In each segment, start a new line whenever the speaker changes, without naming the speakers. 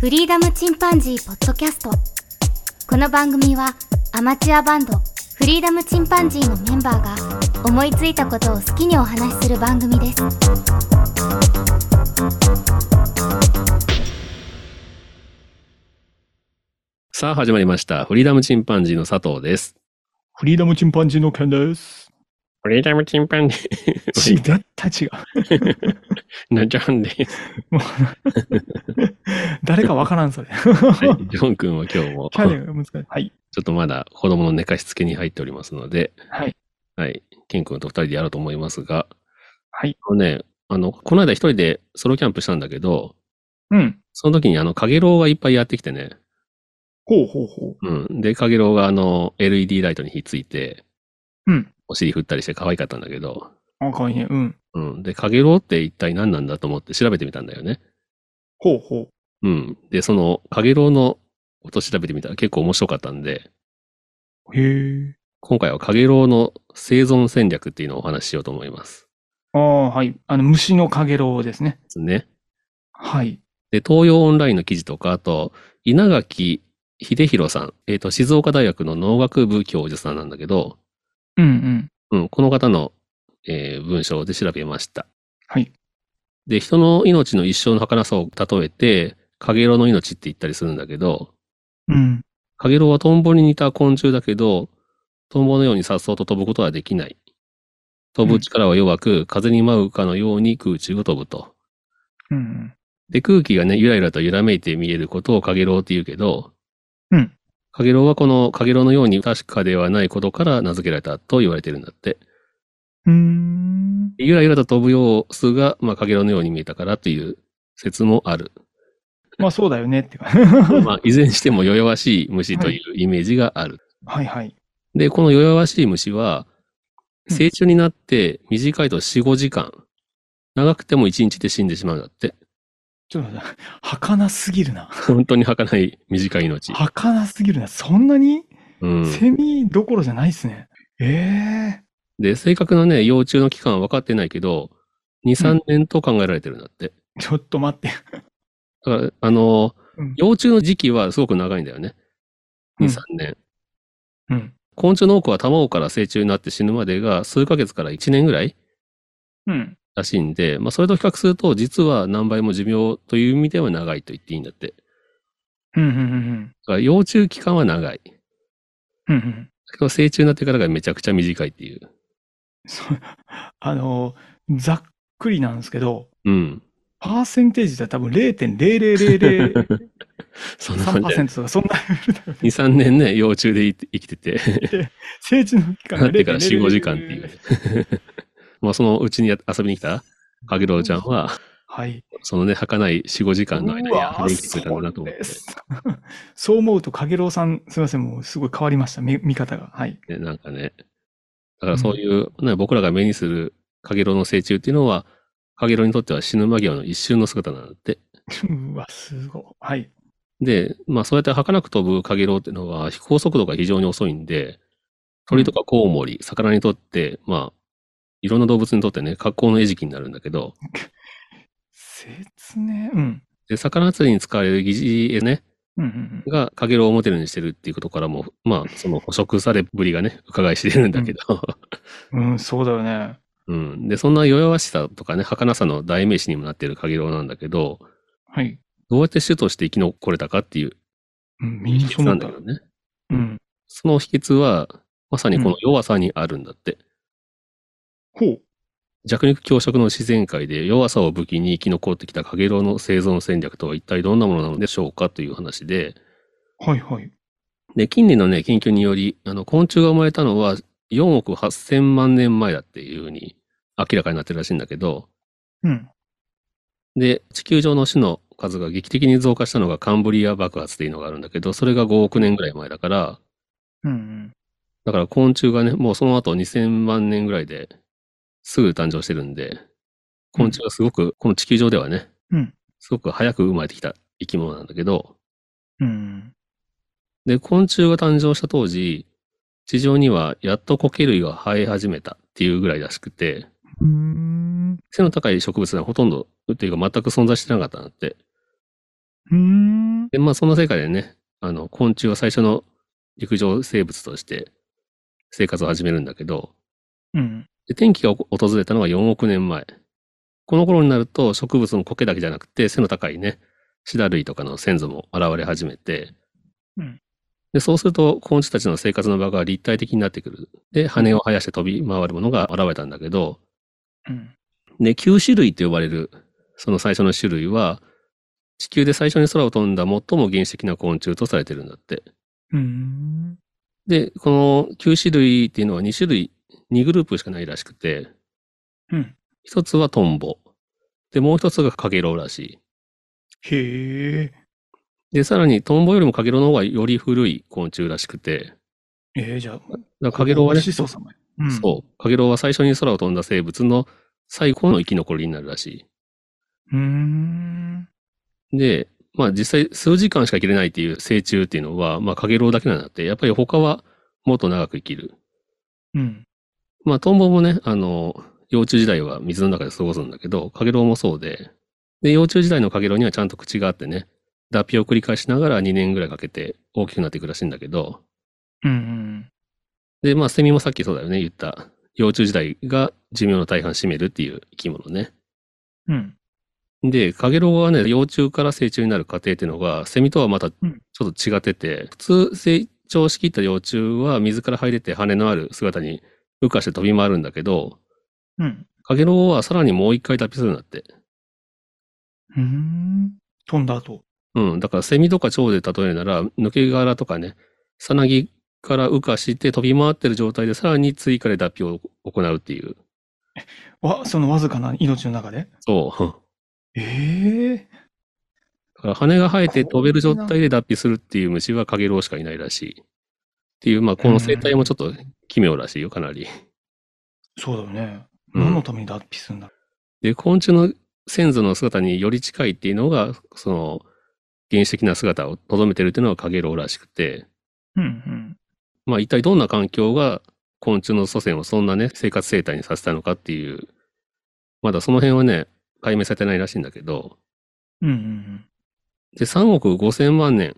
フリーダムチンパンジーポッドキャストこの番組はアマチュアバンドフリーダムチンパンジーのメンバーが思いついたことを好きにお話しする番組です
さあ始まりました。フリーダムチンパンジーの佐藤です。
フリーダムチンパンジーの件 です。
フリーダムチンパンジ
違
ー
った違う。
のジョンです。
もう誰かわからん、そ れ。
はい、 ジョン君は今日も、
キャ
ち
リアが難しい。はい。
ょっとまだ子供の寝かしつけに入っておりますので、
はい。
はい、ケン君と二人でやろうと思いますが、
はい。
あのね、あの、この間一人でソロキャンプしたんだけど、
うん。
その時にあの、かげろうがいっぱいやってきてね、
ほうほうほう。
うん。で、かげろうがあの、LED ライトにひっついて、
うん。
お尻振ったりして可愛かったんだけど、
あ、かわいいね。うん。
うん。で、かげろうって一体何なんだと思って調べてみたんだよね。
ほうほう。
うん。で、その、かげろうのこと調べてみたら結構面白かったんで、
へえ。
今回はかげろうの生存戦略っていうのをお話ししようと思います。
ああ、はい。あの、虫のかげろうですね。
ですね。
はい。
で、東洋オンラインの記事とか、あと、稲垣秀弘さん、えっ、と、静岡大学の農学部教授さんなんだけど、
うんう
う
ん。
ん、この方の、えー文章で調べました。
はい。
で、人の命の一生の儚さを例えて、かげろうの命って言ったりするんだけど、
うん。
カゲロウはトンボに似た昆虫だけど、トンボのように颯爽と飛ぶことはできない。飛ぶ力は弱く、風に舞うかのように空中を飛ぶと。
うん
で、空気がね、ゆらゆらと揺らめいて見えることをカゲロウって言うけど、
うん。
カゲロウはこのカゲロウのように確かではないことから名付けられたと言われてるんだって。
うん。うーん。
ゆらゆらと飛ぶ様子が、まあ、カゲロウのように見えたからという説もあ る。
まあ、そうだよね。ってか
まあ、いずれにしても弱々しい虫というイメージがある。
はいはい。
で、この弱々しい虫は、
うん
成虫になって短いと4、5時間。長くても1日で死んでしまうんだって。
ちょっと待って、儚すぎるな。
本当に儚い短い命。
儚すぎるな。そんなに
うん。
セミどころじゃないっすね。ええ
で、正確なね、幼虫の期間は分かってないけど、2、3年と考えられてるんだって。
ちょっと待って。
だから、あの
うん、
幼虫の時期はすごく長いんだよね。2、
うん
3年。
うん。
昆虫の多くは卵から成虫になって死ぬまでが数ヶ月から1年ぐらい
うん。
らしいんで、まあ、それと比較すると、実は何倍も寿命という意味では長いと言っていいんだって。
うん。うん。うん
だから幼虫期間は長い。だ
うん。うん。
けど成虫になってからがめちゃくちゃ短いっていう。
そうあのー、ざっくりなんですけど、
うん。
パーセンテージでは多分0.0003%
そんな感じで。
とか、そんなレベ ルだよね
2、3年ね、幼虫でい 生きてて、
成虫の期間
な
が
ってから4、5時間っていう ね
0.0000。
まあそのうちにや遊びに来たかげろうちゃんは、
はい。
そのね、儚い4、5時間の間
う
に
わ
遊
ー
びに来てくれたんだなと
そう
思って
で、すそう思うと、かげろうさん、すみません、もうすごい変わりました、見見方が。はい。
ね、なんかね。だからそういう、ね、僕らが目にするかげろうの成虫っていうのは、かげろうにとっては死ぬ間際の一瞬の姿なんだって。
うわ、すごい。はい。
で、まあそうやって儚く飛ぶカゲロウっていうのは飛行速度が非常に遅いんで、鳥とかコウモリ、魚にとって、まあ、いろんな動物にとってね、格好の餌食になるんだけど、
説明。うん。
で、魚釣りに使われる疑似餌ね、
うんうん
がカゲロウをモデルにしてるっていうことからも、まあ、その捕食されぶりがね、伺い知れるんだけど、
うん、うん、そうだよね。
うん。で、そんな弱々しさとかね、儚さの代名詞にもなってるカゲロウなんだけど、
はい。
どうやって種として生き残れたかっていう
うん、みん
秘
なそ
訣
う
な
なん
ん
だ
だけ。どね。
うん。
その秘訣は、まさにこの弱さにあるんだって。
ほう。
弱肉強食の自然界で弱さを武器に生き残ってきたカゲロウの生存戦略とは一体どんなものなのでしょうかという話で、
はいはい。
で、近年のね、研究により、あの、昆虫が生まれたのは4億8000万年前だっていうふうに明らかになってるらしいんだけど、
うん。
で、地球上の種の数が劇的に増加したのがカンブリア爆発っていうのがあるんだけど、それが5億年ぐらい前だから、
うんうん。
だから昆虫がね、もうその後2000万年ぐらいですぐ誕生してるんで、昆虫はすごく、この地球上ではね、
うん
すごく早く生まれてきた生き物なんだけど、
うん。
で、昆虫が誕生した当時、地上にはやっと苔類が生え始めたっていうぐらいらしくて、
うーん。
背の高い植物がほとんど、というか全く存在してなかったんだって。
うーん。
で、まあそんな世界でね、あの、昆虫は最初の陸上生物として生活を始めるんだけど、
うん。
で天気がおこ訪れたのが4億年前。この頃になると植物の苔だけじゃなくて背の高いね、シダ類とかの先祖も現れ始めて、
うん
でそうすると昆虫たちの生活の場が立体的になってくる。で、羽を生やして飛び回るものが現れたんだけど、
うん。
で、旧種類と呼ばれる、その最初の種類は、地球で最初に空を飛んだ最も原始的な昆虫とされてるんだって。
うーん。
で、この旧種類っていうのは2種類、2グループしかないらしくて、
うん。
一つはトンボ。で、もう一つがカゲロウらし
へえ。
い。で、さらにトンボよりもカゲロウの方がより古い昆虫らしくて、
えー、じゃあ、
だからカゲロウはね、
子孫様や。うん。
そう、カゲロウは最初に空を飛んだ生物の最後の生き残りになるらし
うーん。
い。で、まあ実際数時間しか生きれないっていう成虫っていうのは、まあカゲロウだけなんだって、やっぱり他はもっと長く生きる。
うん。
まあトンボもね、あの、幼虫時代は水の中で過ごすんだけど、カゲロウもそうで、で、幼虫時代のカゲロウにはちゃんと口があってね、脱皮を繰り返しながら2年ぐらいかけて大きくなっていくらしいんだけど、
うんうん。
で、まあ、セミもさっきそうだよね、言った。幼虫時代が寿命の大半占めるっていう生き物ね。
うん。
で、カゲロウはね、幼虫から成虫になる過程っていうのが、セミとはまたち
うん
ょっと違ってて、普通成長しきった幼虫は水から這い出て羽のある姿に羽化して飛び回るんだけど、
うん。
カゲロウはさらにもう一回脱皮するんだって。
うーん。飛んだ後。
うん、だからセミとか蝶で例えるなら、抜け殻とかね、さなぎから羽化して飛び回ってる状態でさらに追加で脱皮を行うっていう。
わ、そのわずかな命の中で
そう。
ええ
だから羽が生えて飛べる状態で脱皮するっていう虫はカゲロウしかいないらしい。っていう、まあ、この生態もちょっと奇妙らしいよ、かなり。
そうだよね。
うん
何のために脱皮するんだろ
で、昆虫の先祖の姿により近いっていうのが、その、原始的な姿を留めてるっていうのがカゲロウらしくて、
う。うん
まあ、一体どんな環境が昆虫の祖先をそんなね、生活生態にさせたのかっていう、まだその辺はね、解明されてないらしいんだけど、
うん。うんうん
で、3億5千万年、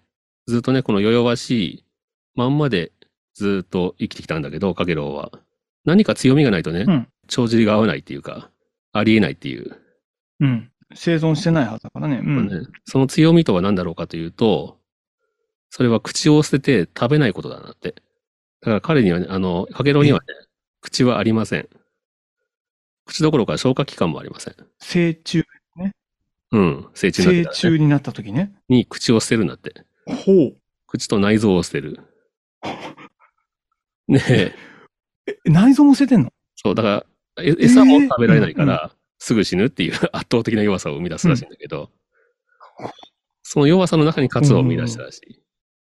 ずっとね、この弱々しいまんまでずっと生きてきたんだけど、カゲロウは。何か強みがないとね、
うん
帳尻が合わないっていうか、ありえないっていう、
うん。うん。生存してないはずだからね。うん。
ねその強みとは何だろうかというと、それは口を捨てて食べないことだなって。だから彼にはね、あの、カゲロウにはね、口はありません。口どころか消化器官もありません。
成虫、
うん、成虫だけ
成
だね
虫になった時ね。
に口を捨てるんだって。
ほう。
口と内臓を捨て る。ねえ。
え、内臓も捨ててんの
そう、だから、え餌も
えー
食べられないか
う
ら、すぐ死ぬっていう 圧倒的な弱さを生み出すらしいんだけ ど、その弱さの中に活を生み出したらしい。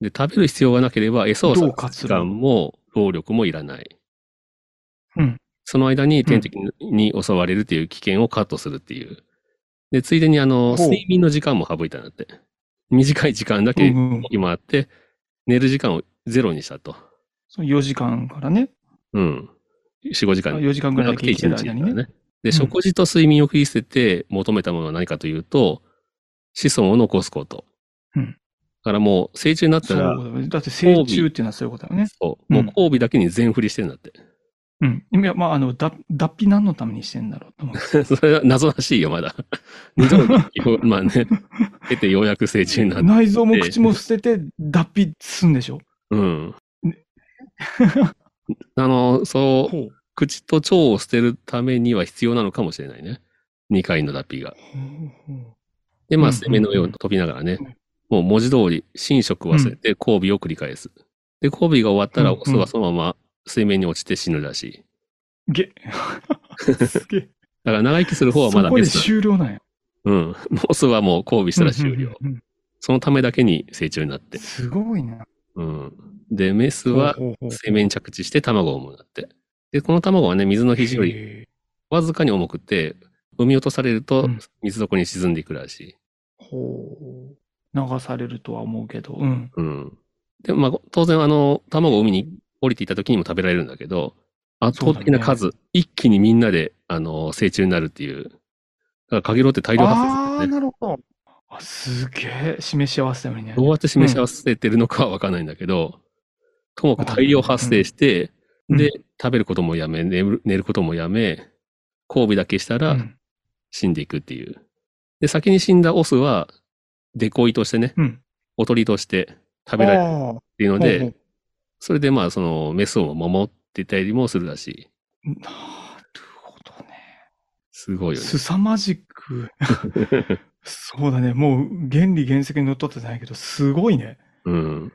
で、食べる必要がなければ、餌を
どう
探
活
す時間も、労力もいらない。
うん
その間に天敵に襲われるっていう危険をカットするっていう。で、ついでに、あの、
ほう
睡眠の時間も省いたんだって。短い時間だ
うん
け
うん。
今あって、寝る時間をゼロにしたと。
そう4時間からね。
うん。4、5時間
4時間ぐらいだけ生きてる間にね。う
で、
ん
食事と睡眠を食い捨てて求めたものは何かというと、子孫を残すこと。
うん
だからもう成虫になった
そう
ら、
だよだって成虫っていうのはそういうことだよね。
そうもううん交尾だけに全振りしてるんだって。
うん。いや、まあ、あの、だ脱皮何のためにしてんだろうと思う。
それは謎らしいよ、ま だ。二度の時を、まあね、経てようやく成虫になった。
内臓も口も捨てて脱皮すんでしょ。
うん。あの、そう、
ほう。
口と腸を捨てるためには必要なのかもしれないね。二回の脱皮が。で、ま
う
あ、
んうんうん
攻めのように飛びながらね
うん、
もう文字通り、寝食を忘れて交尾を繰り返す。で、交尾が終わったら、
うんうん
オスはそのまま水面に落ちて死ぬらしい。
げ、すげえ。
だから長生きする方はま
そ
だ
こ
メ
で
スだ。
終了なんや。
うん。オスはもう交尾したら終了。
うんうんうん
そのためだけに成虫になって。
すごいな。
うん。で、メスは
ほうほうほう
水面に着地して卵を産むんだって。で、この卵はね、水の肘より
へえ
わずかに重くて、産み落とされると
うん
水底に沈んでいくらしい。
ほう。流されるとは思うけど。うん。
うん。で、まあ、当然、あの、卵を海に降りていた時にも食べられるんだけど、圧倒的な数、一気にみんなで、あの、成虫になるっていう。だから、カゲロウって大量発生するん
あ
だ
あ、
よね。
なるほど。あすげえ、示し合わせたのにね。
どうやって示し合わせてるのかはわかんないんだけど、ともかく大量発生して、
うん
で、食べることもやめ、寝る寝ることもやめ、交尾だけした
う
ら
ん。
死んでいくっていう。で、先に死んだオスは、デコイとしてね、
うん。
おとりとして食べられる
ああ
っていうの
ほう
で、それでまあ、その、メスを守ってたりもするらしい。
ほうなるほどね。
すごいよね。
凄まじく。そうだね。もう原理原則にのっとってじゃないけど、すごいね。
うん。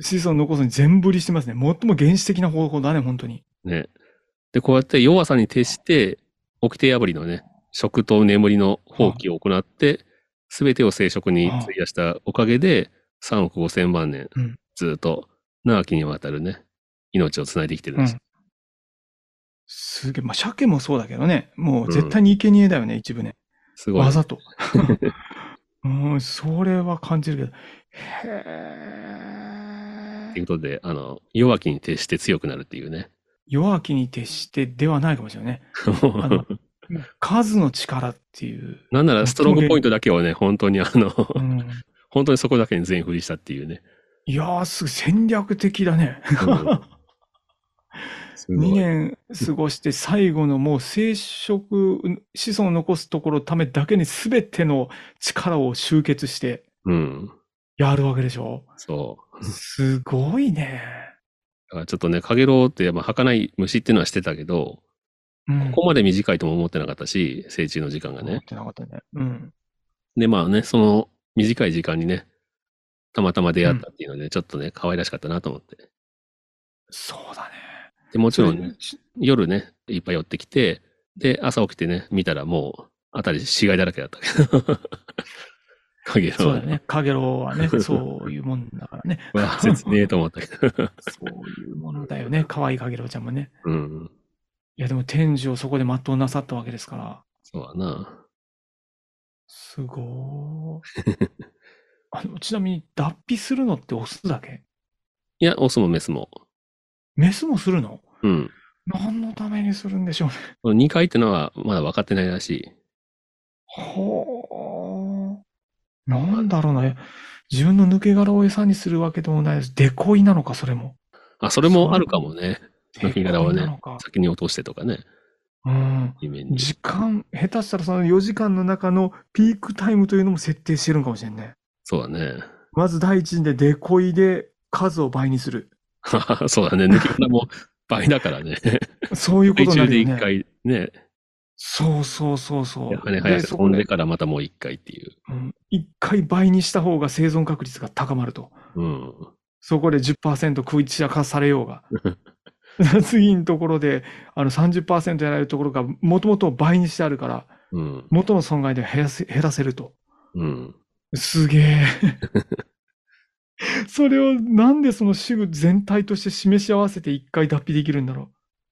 子孫を残すのに全振りしてますね。最も原始的な方法だね、本当に。
ね。で、こうやって弱さに徹して、掟破りのね、食と眠りの放棄を行って、すべてを生殖に費やしたおかげで、3億5千万年
うん、
ずっと長きにわたるね、命をつないできてるんです。
すげえ。まあ、鮭もそうだけどね。もう絶対に生贄だよね、一部ね。
すごい
わ。ざと。 うん、それは感じるけ
と
ど。へ
い
え
う。ことで、あの、弱きに徹して強くなるっていうね。
弱気に徹してではないかもしれないね。あの数の力っていう。
なんならストロングポイントだけをね、本当にあの、
うん、
本当にそこだけに全振りしたっていうね。
いやー、すごい戦略的だね。
うんすご
2
い。
年過ごして最後のもう生殖、子孫を残すところのためだけに全ての力を集結して
うん。
やるわけでしょ。
そう。
すごいね。
だからちょっとね、カゲロウって、まあ、儚い虫っていうのはしてたけど、
うん。
ここまで短いとも思ってなかったし、成虫の時間が
思っ
ね。
てなかったね。うん。
で、まあね、その短い時間にね、たまたま出会ったっていうので、ちょっとね、可愛らしかったなと思って。
そうだね。
で、もちろんね、
それ
夜ね、いっぱい寄ってきて、で、朝起きてね、見たらもう、あたり死骸だらけだったけど。 カゲロウ
そうだ よね。カゲロウは ね、そういうもんだからね。
わあ切ねえと思ったけど。
そういうものだよね。可愛いカゲロウちゃんもね。
うん。
いや、でも天寿をそこで全うなさったわけですから。
そうだな。
すごー いあのちなみに脱皮するのってオスだけ
いや、オスもメスも。
メスもするの
うん。
何のためにするんでしょうね。
この2回ってのは、まだ分かってないらしい。
ほー。なんだろうな。え自分の抜け殻を餌にするわけでもないです。デコイなのか、それも。
あ、それもあるかもね。抜け殻をね
デコイなのか。
先に落としてとかね、
うん。
地面に。
時間、下手したらその4時間の中のピークタイムというのも設定してるんかもしれんね。
そうだね。
まず第一にでデコイで数を倍にする。
そうだね。抜け殻も倍だからね。
そういうこ
空
とにな
中で一
るよ
回
ね。
ね、
そうそうそうそう。
羽生や
で
て
そ
飛
こ
ん
で
でからまたもう一回っていう。
うん、1回倍にした方が生存確率が高まると。
うん。
そこで10%食い散らかされよ うが。次のところであの30%やられるところがもともと倍にしてあるから、
うん。
元の損害で減らせ減らせると。
うん。
す げえ。それをなんでその種全体として示し合わせて1回脱皮できるんだろ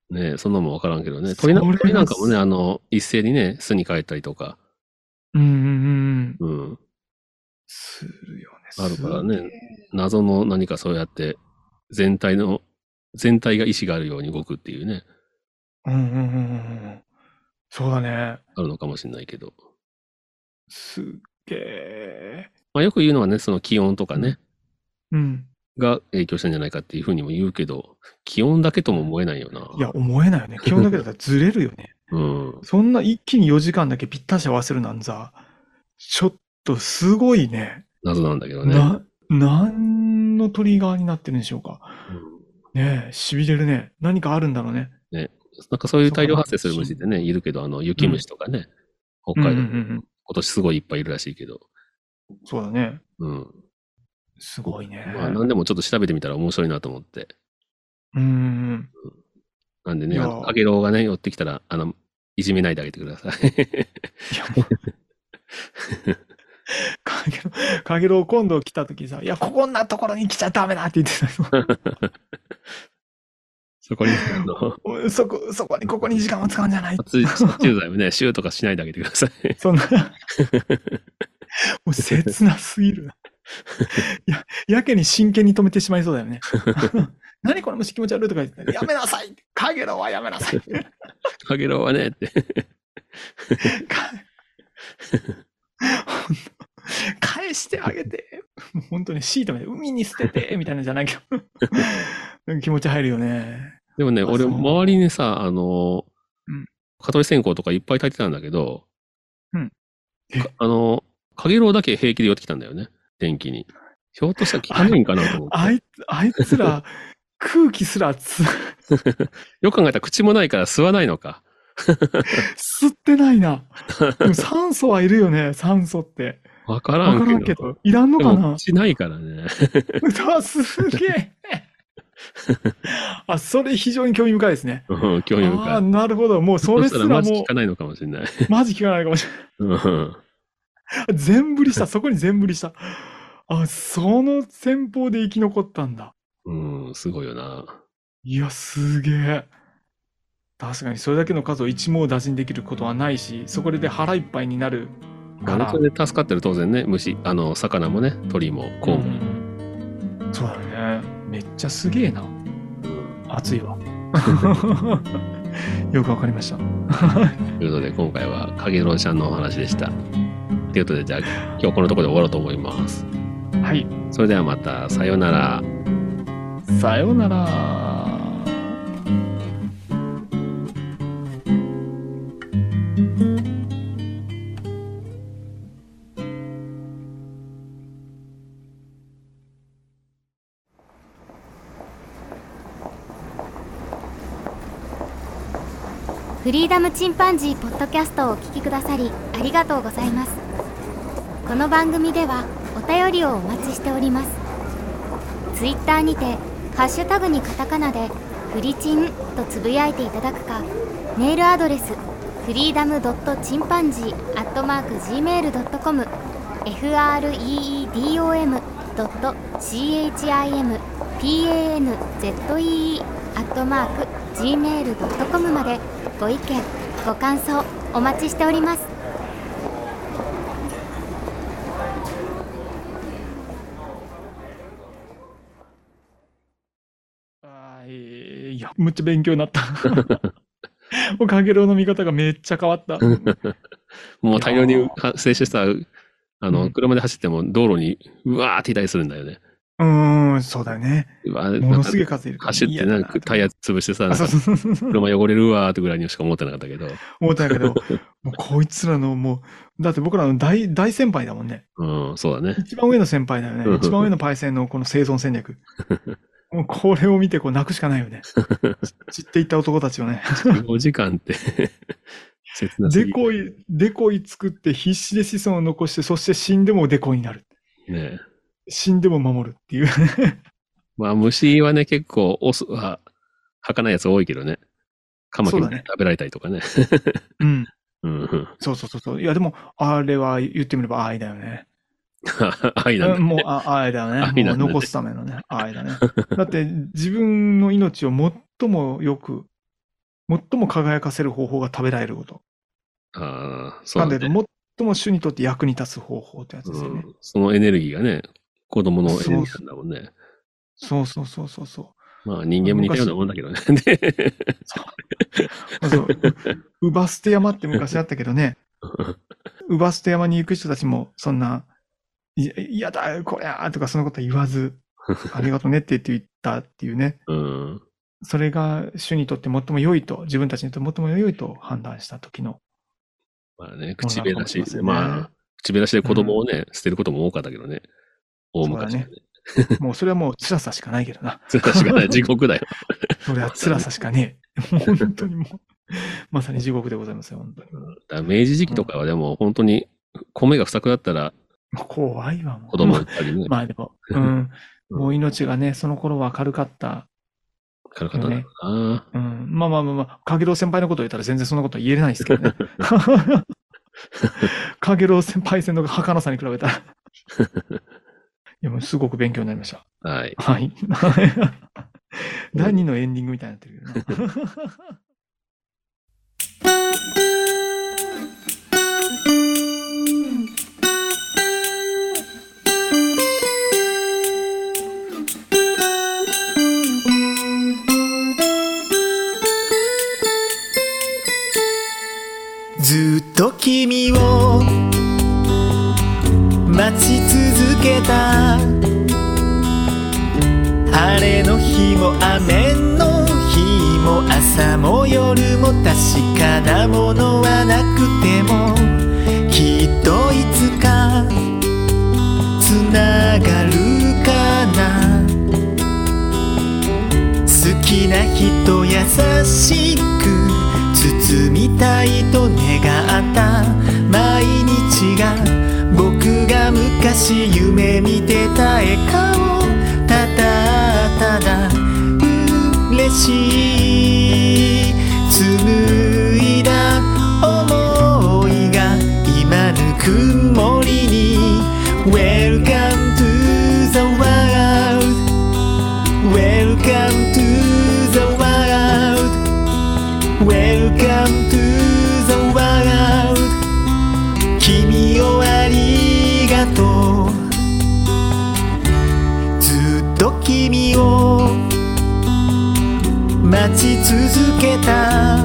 ねそんなもんわからんけどね。
それ
鳥
は
な鳥なんかもね、あの、一斉にね、巣に帰ったりとか、
う。うんうんうん。
うん。
するよね。
あるから
す
ね、謎の何かそうやって、全体の、全体が意志があるように動くっていうね、
げえ。うんうんうんうんうん。そうだね。
あるのかもしれないけど。
すっげえ。
まあよく言うのはね、その気温とかね、
うん。
が影響したんじゃないかっていうふうにも言うけど、気温だけとも思えないよな。
いや、思えない よね。基本だけだったらずれるよね。
うん。
そんな一気に4時間だけぴったし合わせるなんざ、ちょっとすごいね。
謎なんだけどね。
な、何のトリガーになってるんでしょうか。
うん
ねえ、痺れるね。何かあるんだろうね。
なんかそういう大量発生する虫ってね、いるけど、あの、雪虫とかね、北海道、
うんうんうん
今年すごいいっぱいいるらしいけど、
うん。そうだね。
うん。
すごいね。
まあ、なんでもちょっと調べてみたら面白いなと思って。
うんうん。
なんでね、
いや
あの、アゲロウがね、寄ってきたら、あの、いじめないであげてください。
いや、もう。 かげろう、かげろう今度来た時さ、いや、こんなところに来ちゃダメだって言ってたの。
そこに、 あの、
そこ、そこに、ここに時間を使うんじゃない。
殺虫剤もね、シューとかしないであげてください。
そんな、もう切なすぎるな。いや、やけに真剣に止めてしまいそうだよね。 何この虫気持ち悪いとか言って、やめなさいカゲロウはやめなさいか
アゲロウはね、って。
ほんと返してあげて、もう本当にシートみたいな、海に捨てて、みたいなのじゃない けど、気持ち入るよね。
でもね、
あ
俺、
そう
周りにさ、あの
うん、
蚊取り線香とかいっぱい焚いてたんだけど、
うんえ
かあの、かげろうだけ平気で寄ってきたんだよね、電気に。ひょっとしたら汚いんかなと思って。
あい、あいつら、空気すらつ
よく考えたら口もないから吸わないのか。
吸ってないな。でも酸素はいるよね、酸素って。
わから
わ
んけど。
からんけど。いらんの
で
か
も
な
口ないからね。
うわ、すげ え。あ、それ非常に興味深いですね。
うん興
あ
味深
あー、
い。
なるほど。もうそ
そ
れ
し
す
た
ら
ら
も
マ
う
ジ聞かないのかもしれない。
マジ聞かないかもしれ
うん
ない。 全振りした。そこに全振りした。あ、その戦法で生き残ったんだ。
うん、すごいよな。
いや、すげえ。確かにそれだけの数を一網打尽できることはないし、そこで腹いっぱいになる
ま
か
あ
ら。
それで助かってる当然ね、虫、あの、魚もね、鳥も、コウも。
うんそうだね。めっちゃすげえな。熱いわ。よくわかりました。
ということで、今回は、かげろうちゃんのお話でした。ということで、じゃあ、今日このところで終わろうと思います。
はい。
それではまた、さようなら。
さようなら。
フリーダムチンパンジーポッドキャストをお聞きくださりありがとうございますこの番組ではお便りをお待ちしておりますツイッターにてハッシュタグにカタカナでフリチンとつぶやいていただくかメールアドレスフリーダムドットチンパンジーアットマーク gmail.com freedom ドット chimpanzee アットマーク gmail.com までご意見ご感想お待ちしております
あーえーいや、むっちゃ勉強になった。もうかげろうの見方がめっちゃ変わった。
もう大量
いや
に
ー
発生したら、あ
う
の、
ん
車で走っても道路に、うわーっていたりするんだよね。
うーん、そうだよね。
うわー
ものすげえ
なんか
数いるから
走って、
嫌だ
な
なん
かタイヤ潰してさ、な
あ
ん
そう
か
そうそうそう。
車汚れるわーってぐらいにしか思ってなかったけど。
思ったんやけど、 もうこいつらのもう、だって僕らの大大先輩だもんね。
うん、そうだね。
一番上の先輩だよ
うん
ね。一番上のパイセンのこの生存戦 略。もうこれを見てこう泣くしかないよね。散っていった男たちを ね。
5時間っ て、切なす
デ
ぎ
コイ、デコイ作って必死で子孫を残して、そして死んでもデコイになる。
ね。
死んでも守るっていう。
まあ、虫はね、結構、オスは、吐かないやつ多いけどね。カマキリ
そうだね
食べられたりとかね。
うん。
うんうん。
そうそうそうそう。いや、でも、あれは言ってみれば愛だよね。
愛なんだ、ね。
もうあ愛だよ ね。
愛なんだね
もう残すためのね、愛だね。だって、自分の命を最もよく、最も輝かせる方法が食べられること。
ああ、そ
な
うん
だ
だ
け
ね、
ど、最も主にとって役に立つ方法ってやつですよね。
うんそのエネルギーがね、子供のエネルギーなんだもんね。
そうそうそうそうそう。
まあ、人間も似たようなもんだけどね。で
まあそう、 うバ捨て山って昔あったけどね。うば捨て山に行く人たちも、そんな、いいやだ、こりゃーとかそんなことは言わず、 ありがとうねって言って言ったっていうね。
うん。
それが主にとって最も良いと、自分たちにとって最も良いと判断した時の。
まあね、口べらし
そうなのかもしれません、ね
まあ、口べらしで子供をね、捨てることも多かったけどね。大昔はね。
もうそれはもう辛さしかないけどな。
それ確かに地獄だよ。
それは辛さしかねえ。もう本当にもう、まさに地獄でございますよ、本当に。
だから明治時期とかはでも本当に米が不作だったら
もう怖いわ、もう。
子供を売ったりね、
まあでも、うん。もう命がね、その頃は軽かった。
軽かったんだろうな。
うん。まあまあまあまあ、かげろう先輩のことを言ったら全然そんなことは言えないですけど ね。かげろう先輩戦の儚さに比べたら。いや、もうすごく勉強になりました。
はい。
はい。第2のエンディングみたいになってるけどな。
ずっと君を待ち続けた晴れの日も雨の日も朝も夜も確かなものはなくてもきっといつかつながるかな好きな人優しく包みたいと願った毎日が僕が昔夢見てた笑顔ただただ嬉しい紡いだ想いが今ぬくもりに Welcome to the world Welcome to the world Welcome to the world 君をありがとうずっと君を待ち続けた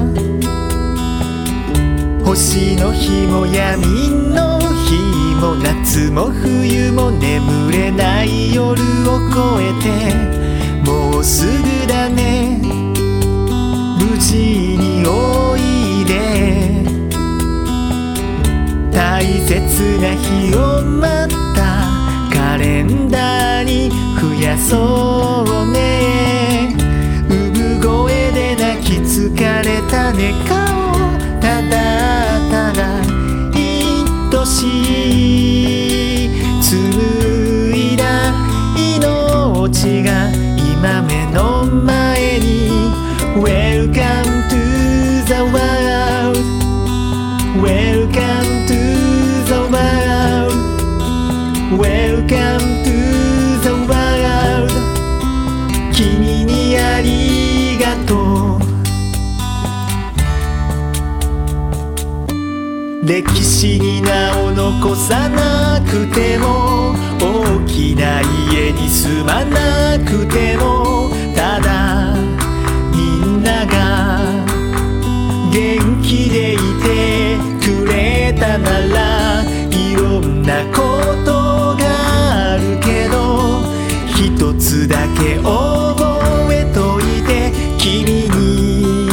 星の日も闇の日も夏も冬も眠れない夜を越えてもうすぐだね無事においで大切な日を待ったカレンダーに増やそうね産声で泣き疲れた寝顔ただただ愛しい紡いだ命が今目の前に Welcome to the world Welcome to the world Welcome to the world 君にありがとう歴史に名を残さなくても大きな家に住まなくてもただみんなが元気でいてくれたならいろんなことがあるけど一つだけ覚えといて君に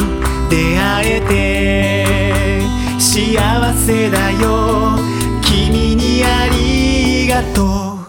出会えて幸せだよ君にありがとう